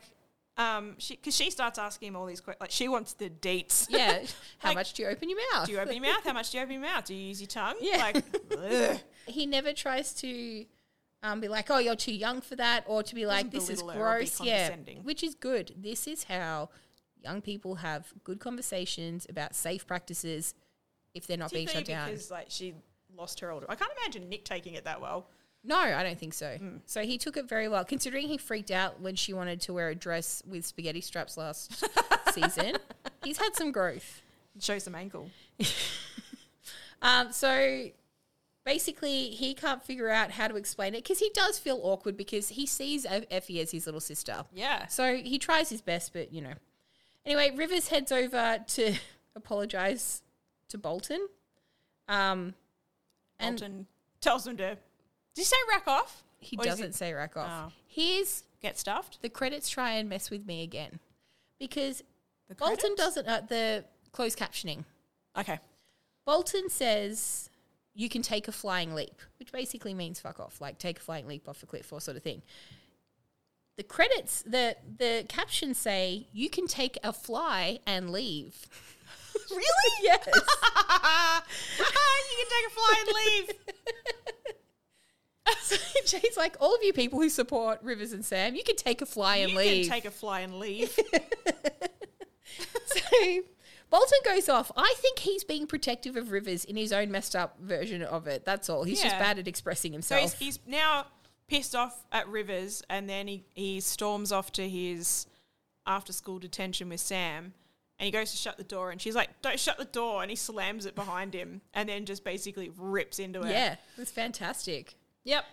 um, she because she starts asking him all these questions. Like she wants the dates. Yeah. How Like, much do you open your mouth? do you open your mouth? How much do you open your mouth? Do you use your tongue? Yeah. Like, ugh. he never tries to um, be like, oh, you're too young for that, or to be like, this is belittle her or be gross. Yeah. condescending. Which is good. This is how young people have good conversations about safe practices if they're not being shut down. because like she lost her older. I can't imagine Nick taking it that well. No, I don't think so. So he took it very well, considering he freaked out when she wanted to wear a dress with spaghetti straps last season. He's had some growth. Show some ankle. Um, so basically, he can't figure out how to explain it because he does feel awkward because he sees Eff- Effie as his little sister. Yeah. So he tries his best, but you know. Anyway, Rivers heads over to apologize to Bolton. Um, and Elton tells him to. Did you say rack off? he Or does doesn't say rack off. Oh. Here's Get stuffed. the credits try and mess with me again because The Bolton credits? doesn't uh, the closed captioning. Okay. Bolton says you can take a flying leap, which basically means fuck off, like take a flying leap off a cliff or sort of thing. The credits, the the captions say you can take a fly and leave. Really? Yes. you can take a fly and leave. so Jay's like, all of you people who support Rivers and Sam, you can take a fly and you leave. can take a fly and leave. So Bolton goes off. I think he's being protective of Rivers in his own messed up version of it. That's all. He's just Yeah. bad at expressing So himself. he's, he's now pissed off at Rivers, and then he, he storms off to his after school detention with Sam, and he goes to shut the door, and she's like, "Don't shut the door!" and he slams it behind him, and then just basically rips into her. yeah, it's fantastic. Yep.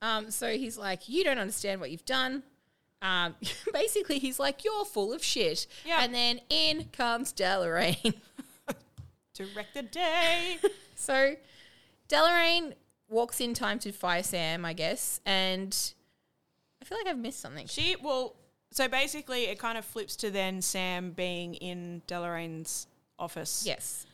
Um, so he's like, you don't understand what you've done. Um, basically, he's like, you're full of shit. Yeah. And then in comes Deloraine. To wreck the day. so Deloraine walks in time to fire Sam, I guess, and feel like I've missed something. She well, so basically, it kind of flips to then Sam being in Delorain's office, Yes.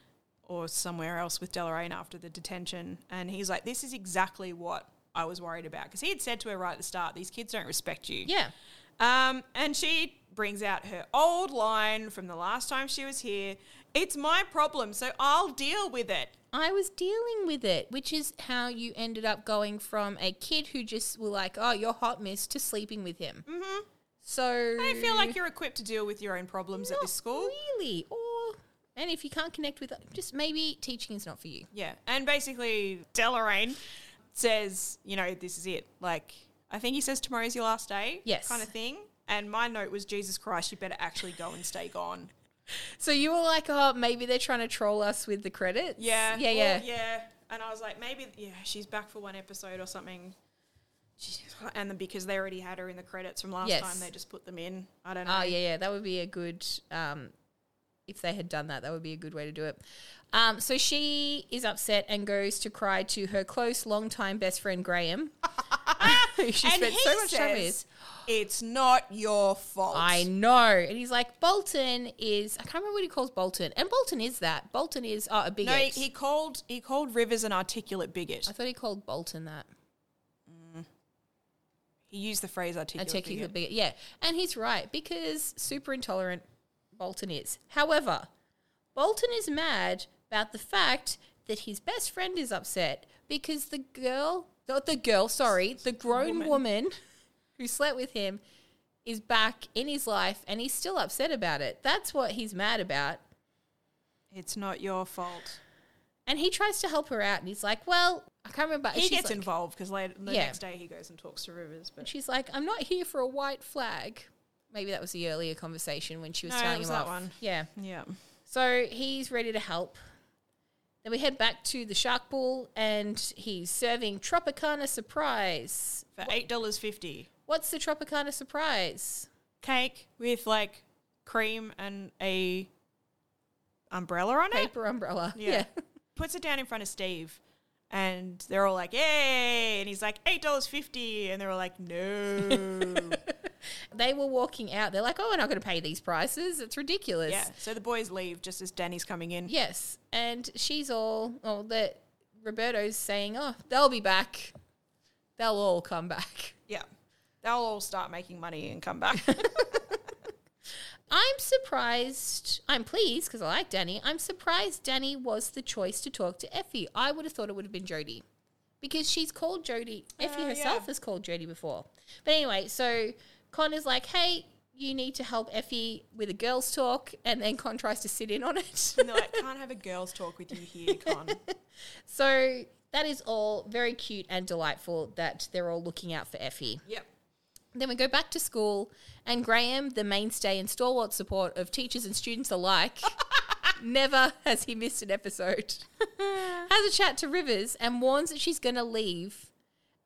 or somewhere else with Deloraine after the detention, and he's like, "This is exactly what I was worried about," because he had said to her right at the start, "These kids don't respect you." Yeah. Um, and she brings out her old line from the last time she was here. It's my problem, so I'll deal with it. I was dealing with it, which is how you ended up going from a kid who just were like, "Oh, you're hot, miss," to sleeping with him. Mm-hmm. So I feel like you're equipped to deal with your own problems at this Not school. really. Or and if you can't connect with, just maybe teaching is not for you. Yeah. And basically, Deloraine says, you know, this is it. Like, I think he says tomorrow's your last day. Yes. Kind of thing. And my note was, Jesus Christ, you better actually go and stay gone. So you were like, "Oh, maybe they're trying to troll us with the credits." Yeah. yeah, or- yeah. Yeah. And I was like, maybe, yeah, she's back for one episode or something. She's- And then because they already had her in the credits from last Yes. time, they just put them in. I don't know. Oh yeah, yeah. That would be a good. Um, if they had done that, that would be a good way to do it. Um, so she is upset and goes to cry to her close, longtime best friend Graham. who she And spent he so much time says- with. It's not your fault. I know, and he's like Bolton is. I can't remember what he calls Bolton, and Bolton is that. Bolton is oh, a bigot. No, he, he called he called Rivers an articulate bigot. I thought he called Bolton that. He used the phrase articulate, Articulate bigot. bigot. Yeah, and he's right because super intolerant Bolton is. However, Bolton is mad about the fact that his best friend is upset because the girl, not the girl, sorry, the grown woman, Woman. who slept with him is back in his life and he's still upset about it. That's what he's mad about. It's not your fault. And he tries to help her out and he's like, well, I can't remember. He She's gets like- involved because later the Yeah. next day he goes and talks to Rivers. But She's like, I'm not here for a white flag. Maybe that was the earlier conversation when she was No, it telling was him that off. one. Yeah. yeah, So he's ready to help. Then we head back to the Shark Ball and he's serving Tropicana Surprise. for eight dollars fifty, What's the Tropicana Surprise? cake with like cream and a umbrella on it. Paper umbrella. Yeah. Yeah. Puts it down in front of Steve, and they're all like, "Yay!" And he's like, eight dollars fifty, and they're all like, "No." They were walking out. They're like, oh, we're not going to pay these prices. It's ridiculous. yeah. So the boys leave just as Danny's coming in. Yes. And she's all, oh, that Roberto's saying, oh, they'll be back. They'll all come back. Yeah. They'll all start making money and come back. I'm surprised. I'm pleased because I like Danny. I'm surprised Danny was the choice to talk to Effie. I would have thought it would have been Jody because she's called Jody. Effie yeah. herself has called Jody before. But anyway, so Con is like, "Hey, you need to help Effie with a girls' talk," and then Con tries to sit in on it. and they're like, "Can't have a girls' talk with you here, Con." so that is all very cute and delightful that they're all looking out for Effie. yep. Then we go back to school, and Graham, the mainstay and stalwart support of teachers and students alike, never has he missed an episode, has a chat to Rivers and warns that she's going to leave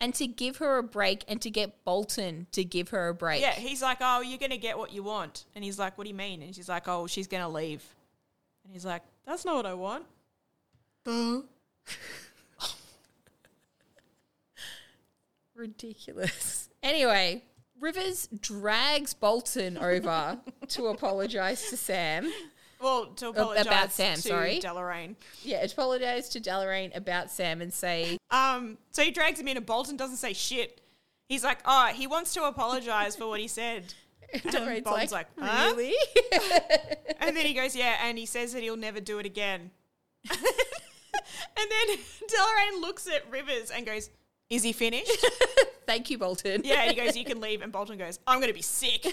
and to give her a break and to get Bolton to give her a break. Yeah, he's like, "Oh, you're gonna get what you want," and he's like, "What do you mean?" And she's like, "Oh, she's gonna leave," and he's like, "That's not what I want." Ridiculous. Anyway, Rivers drags Bolton over to apologize to Sam. Well, to apologize about Sam, to sorry. Deloraine. Yeah, apologize to Deloraine about Sam and say, Um, so he drags him in, and Bolton doesn't say shit. He's like, "Oh, he wants to apologize for what he said." Delorain's Bolton's like, like, "Huh?" really? And then he goes, yeah, and he says that he'll never do it again. and then Deloraine looks at Rivers and goes, is he finished? Thank you, Bolton. yeah, he goes, you can leave. And Bolton goes, I'm going to be sick.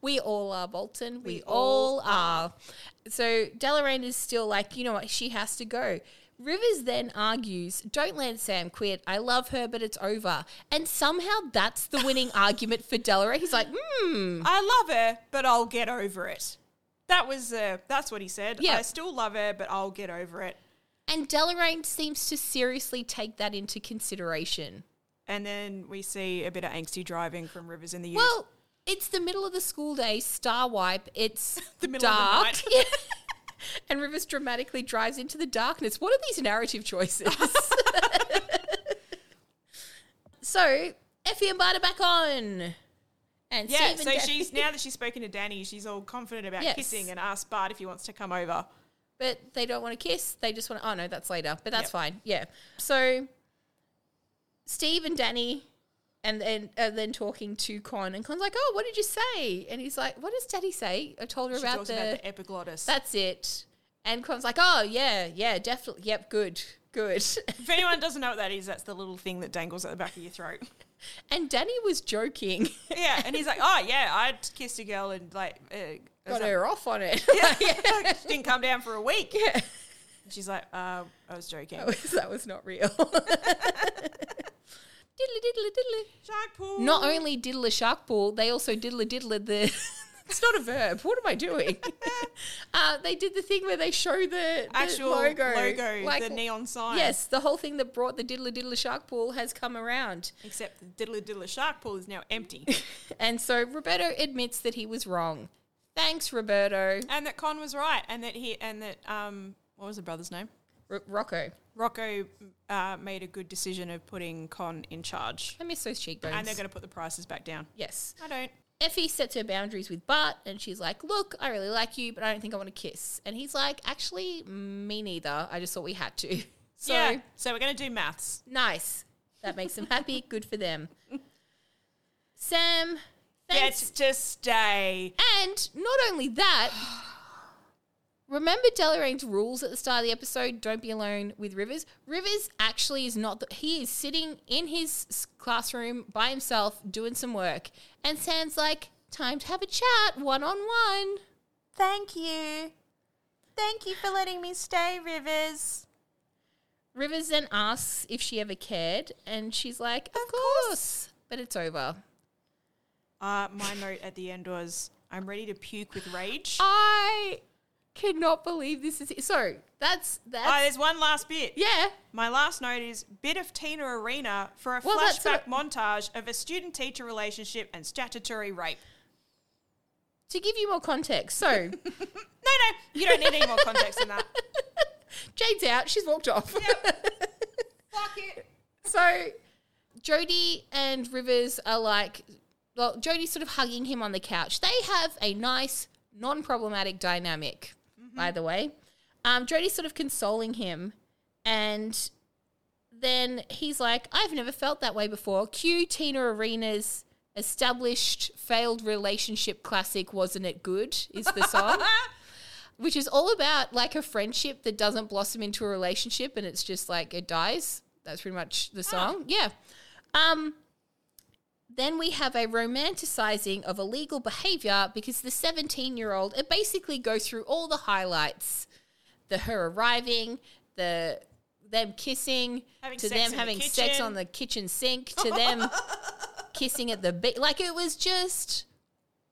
We all are, Bolton. We, We all all are. So Deloraine is still like, you know what, she has to go. Rivers then argues, don't let Sam quit. I love her, but it's over. And somehow that's the winning argument for Deloraine. He's like, hmm, I love her, but I'll get over it. That was, uh, that's what he said. Yeah. I still love her, but I'll get over it. And Deloraine seems to seriously take that into consideration. And then we see a bit of angsty driving from Rivers in the youth. Well, it's the middle of the school day, star wipe. It's The middle of the dark. night. Yeah. and Rivers dramatically drives into the darkness. What are these narrative choices? so Effie and Bart are back on. And Yeah, Steve and so Dan- she's now that she's spoken to Danny, she's all confident about Yes. kissing and asks Bart if he wants to come over. but they don't want to kiss. They just want to. Oh no, that's later. But that's Yep. fine. Yeah. So Steve and Danny, and then and then talking to Con, and Con's like, "Oh, what did you say?" And he's like, "What does Daddy say?" I told her She about talks the. about the epiglottis. that's it. And Con's like, "Oh yeah, yeah, definitely. Yep, good, good." if anyone doesn't know what that is, that's the little thing that dangles at the back of your throat. and Danny was joking. yeah, and he's like, "Oh yeah, I kissed a girl and like uh, it was Got her off on it. like- She didn't come down for a week." yeah. And She's like, uh, "I was joking." That was, that was not real. diddly diddly diddly. Shark pool. Not only diddle a shark ball, they also diddle a diddler the. it's not a verb. What am I doing? uh, they did the thing where they show the, the actual logo, logo, the neon sign. Yes, the whole thing that brought the diddler diddler shark ball has come around, Except the diddler diddler shark pool is now empty, and so Roberto admits that he was wrong. Thanks, Roberto. and that Con was right, and that he and that um, what was the brother's name? R- Rocco, Rocco uh, made a good decision of putting Con in charge, I miss those cheekbones. and they're going to put the prices back down. yes. I don't. Effie sets her boundaries with Bart and she's like, Look, I really like you, but I don't think I want to kiss. And he's like, Actually, me neither. I just thought we had to. So yeah. So we're going to do maths. nice. That makes them happy. Good for them. Sam, thanks. Get to stay. And not only that, remember Delorain's rules at the start of the episode don't be alone with Rivers? Rivers actually is not, the, he is sitting in his s- classroom by himself doing some work. And Sam's like, Time to have a chat one on one. Thank you. Thank you for letting me stay, Rivers. Rivers then asks if she ever cared, and she's like, "Of, course. but it's over." Uh, my note at the end was I'm ready to puke with rage. Oh, I cannot believe this is so. That's that's Oh, there's one last bit. yeah. My last note is bit of Tina Arena for a Well, that's flashback what- montage of a student teacher relationship and statutory rape. To give you more context, so No, no, you don't need any more context than that. Jade's out; she's walked off. Fuck it. so Jody and Rivers are like, well, Jody's sort of hugging him on the couch. They have a nice, non-problematic dynamic, by the way. Um, Jody's sort of consoling him, and then he's like, "I've never felt that way before." Cue Tina Arena's established failed relationship classic, "Wasn't It Good?" is the song. Which is all about like a friendship that doesn't blossom into a relationship and it's just like it dies. That's pretty much Ah. the song. Yeah. Um, then we have a romanticizing of illegal behavior because the 17 year old, it basically goes through all the highlights the her arriving, the them kissing, Having to sex them in the having sex kitchen. on the kitchen sink, to them kissing at the beach. Like it was just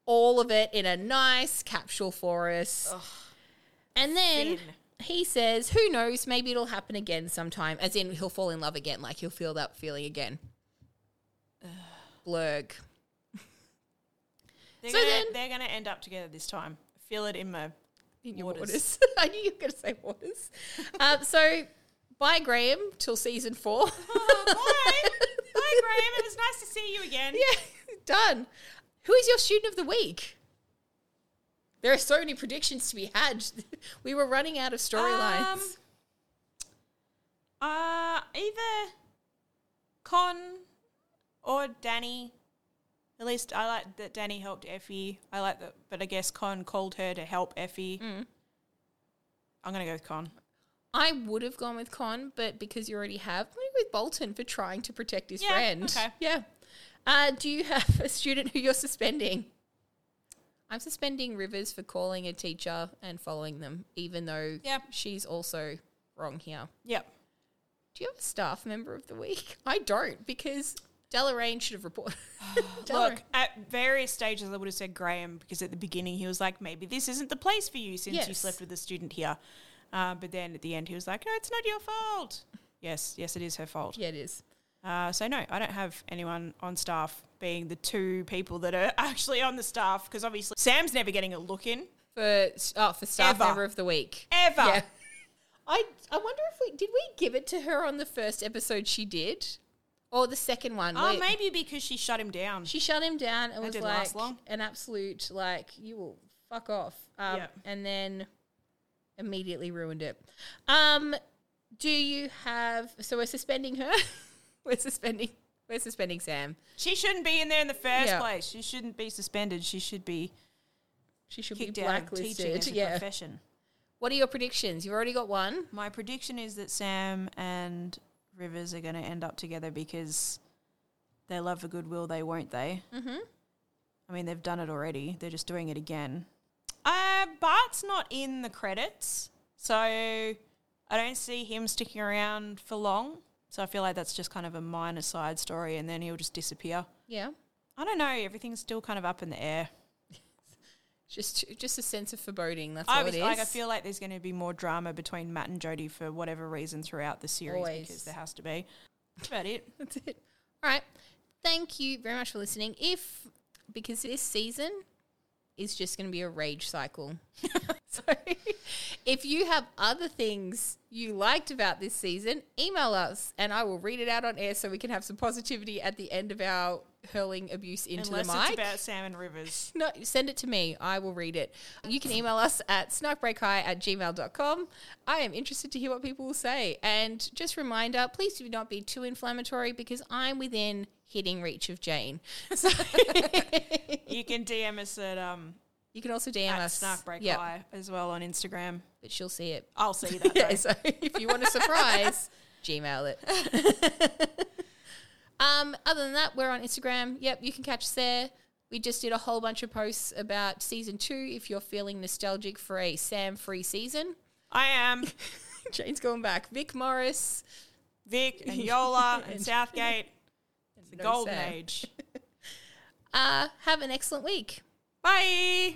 all of it in a nice capsule for us. and then thin. he says, Who knows? Maybe it'll happen again sometime. As in, he'll fall in love again. Like he'll feel that feeling again. Blurg. They're So gonna, then- they're going to end up together this time. Feel it in my. In your waters. Waters. I knew you were going to say waters. um, so, bye, Graham, till season four. Oh, bye. bye, Graham. It was nice to see you again. yeah, done. Who is your student of the week? There are so many predictions to be had. we were running out of storylines. Um, Uh, either Con or Danny. At least I like that Danny helped Effie. I like that, but I guess Con called her to help Effie. Mm. I'm gonna go with Con. I would have gone with Con, but because you already have, I'm going to go with Bolton for trying to protect his Yeah, friend. okay. Yeah. Uh, do you have a student who you're suspending? I'm suspending Rivers for calling a teacher and following them, even though Yeah. she's also wrong here. Yep. Do you have a staff member of the week? I don't because Deloraine should have reported. Look, at various stages, I would have said Graham because at the beginning he was like, maybe this isn't the place for you since you Yes. slept with a student here. Uh, but then at the end, he was like, no, it's not your fault. Yes, yes, it is her fault. yeah, it is. Uh, so no, I don't have anyone on staff being the two people that are actually on the staff because obviously Sam's never getting a look in For oh, for staff Ever. member of the week. ever. Yeah. I I wonder if we did we give it to her on the first episode she did. Or the second one. Oh, where maybe because she shut him down. She shut him down and was didn't like last long. an absolute like you will fuck off. Um, Yep. And then immediately ruined it. Um, do you have? So we're suspending her. we're suspending. We're suspending Sam. She shouldn't be in there in the first Yeah. place. She shouldn't be suspended. She should be She should kicked be out of teaching blacklisted. as a Yeah. profession. What are your predictions? You've already got one. My prediction is that Sam and Rivers are going to end up together because they love a goodwill, they won't they? Mm-hmm. I mean, they've done it already. They're just doing it again. Uh, Bart's not in the credits, so I don't see him sticking around for long. So I feel like that's just kind of a minor side story, and then he'll just disappear. Yeah. I don't know. Everything's still kind of up in the air. Just just a sense of foreboding. That's I all was it is. like, I feel like there's going to be more drama between Matt and Jody for whatever reason throughout the series Always. because there has to be. That's about it. That's it. All right. Thank you very much for listening. If because this season is just going to be a rage cycle. so if you have other things you liked about this season, email us and I will read it out on air so we can have some positivity at the end of our hurling abuse into Unless the mic. it's about Sam and Rivers. No, send it to me. I will read it. You can email us at snipebreakhigh at gmail.com. I am interested to hear what people will say. And just reminder, please do not be too inflammatory because I'm within hitting reach of Jane. So you can DM us at um you can also DM at us. Snarkbreak Yep, Eye as well on Instagram. But she'll see it. I'll see that. Yeah, though. so if you want a surprise, Gmail it. um, other than that, we're on Instagram. Yep, you can catch us there. We just did a whole bunch of posts about season two if you're feeling nostalgic for a Sam free season. I am Jane's going back. Vic Morris. Vic and Yola and Southgate. It's the no golden Sam. age. Uh, have an excellent week. Bye.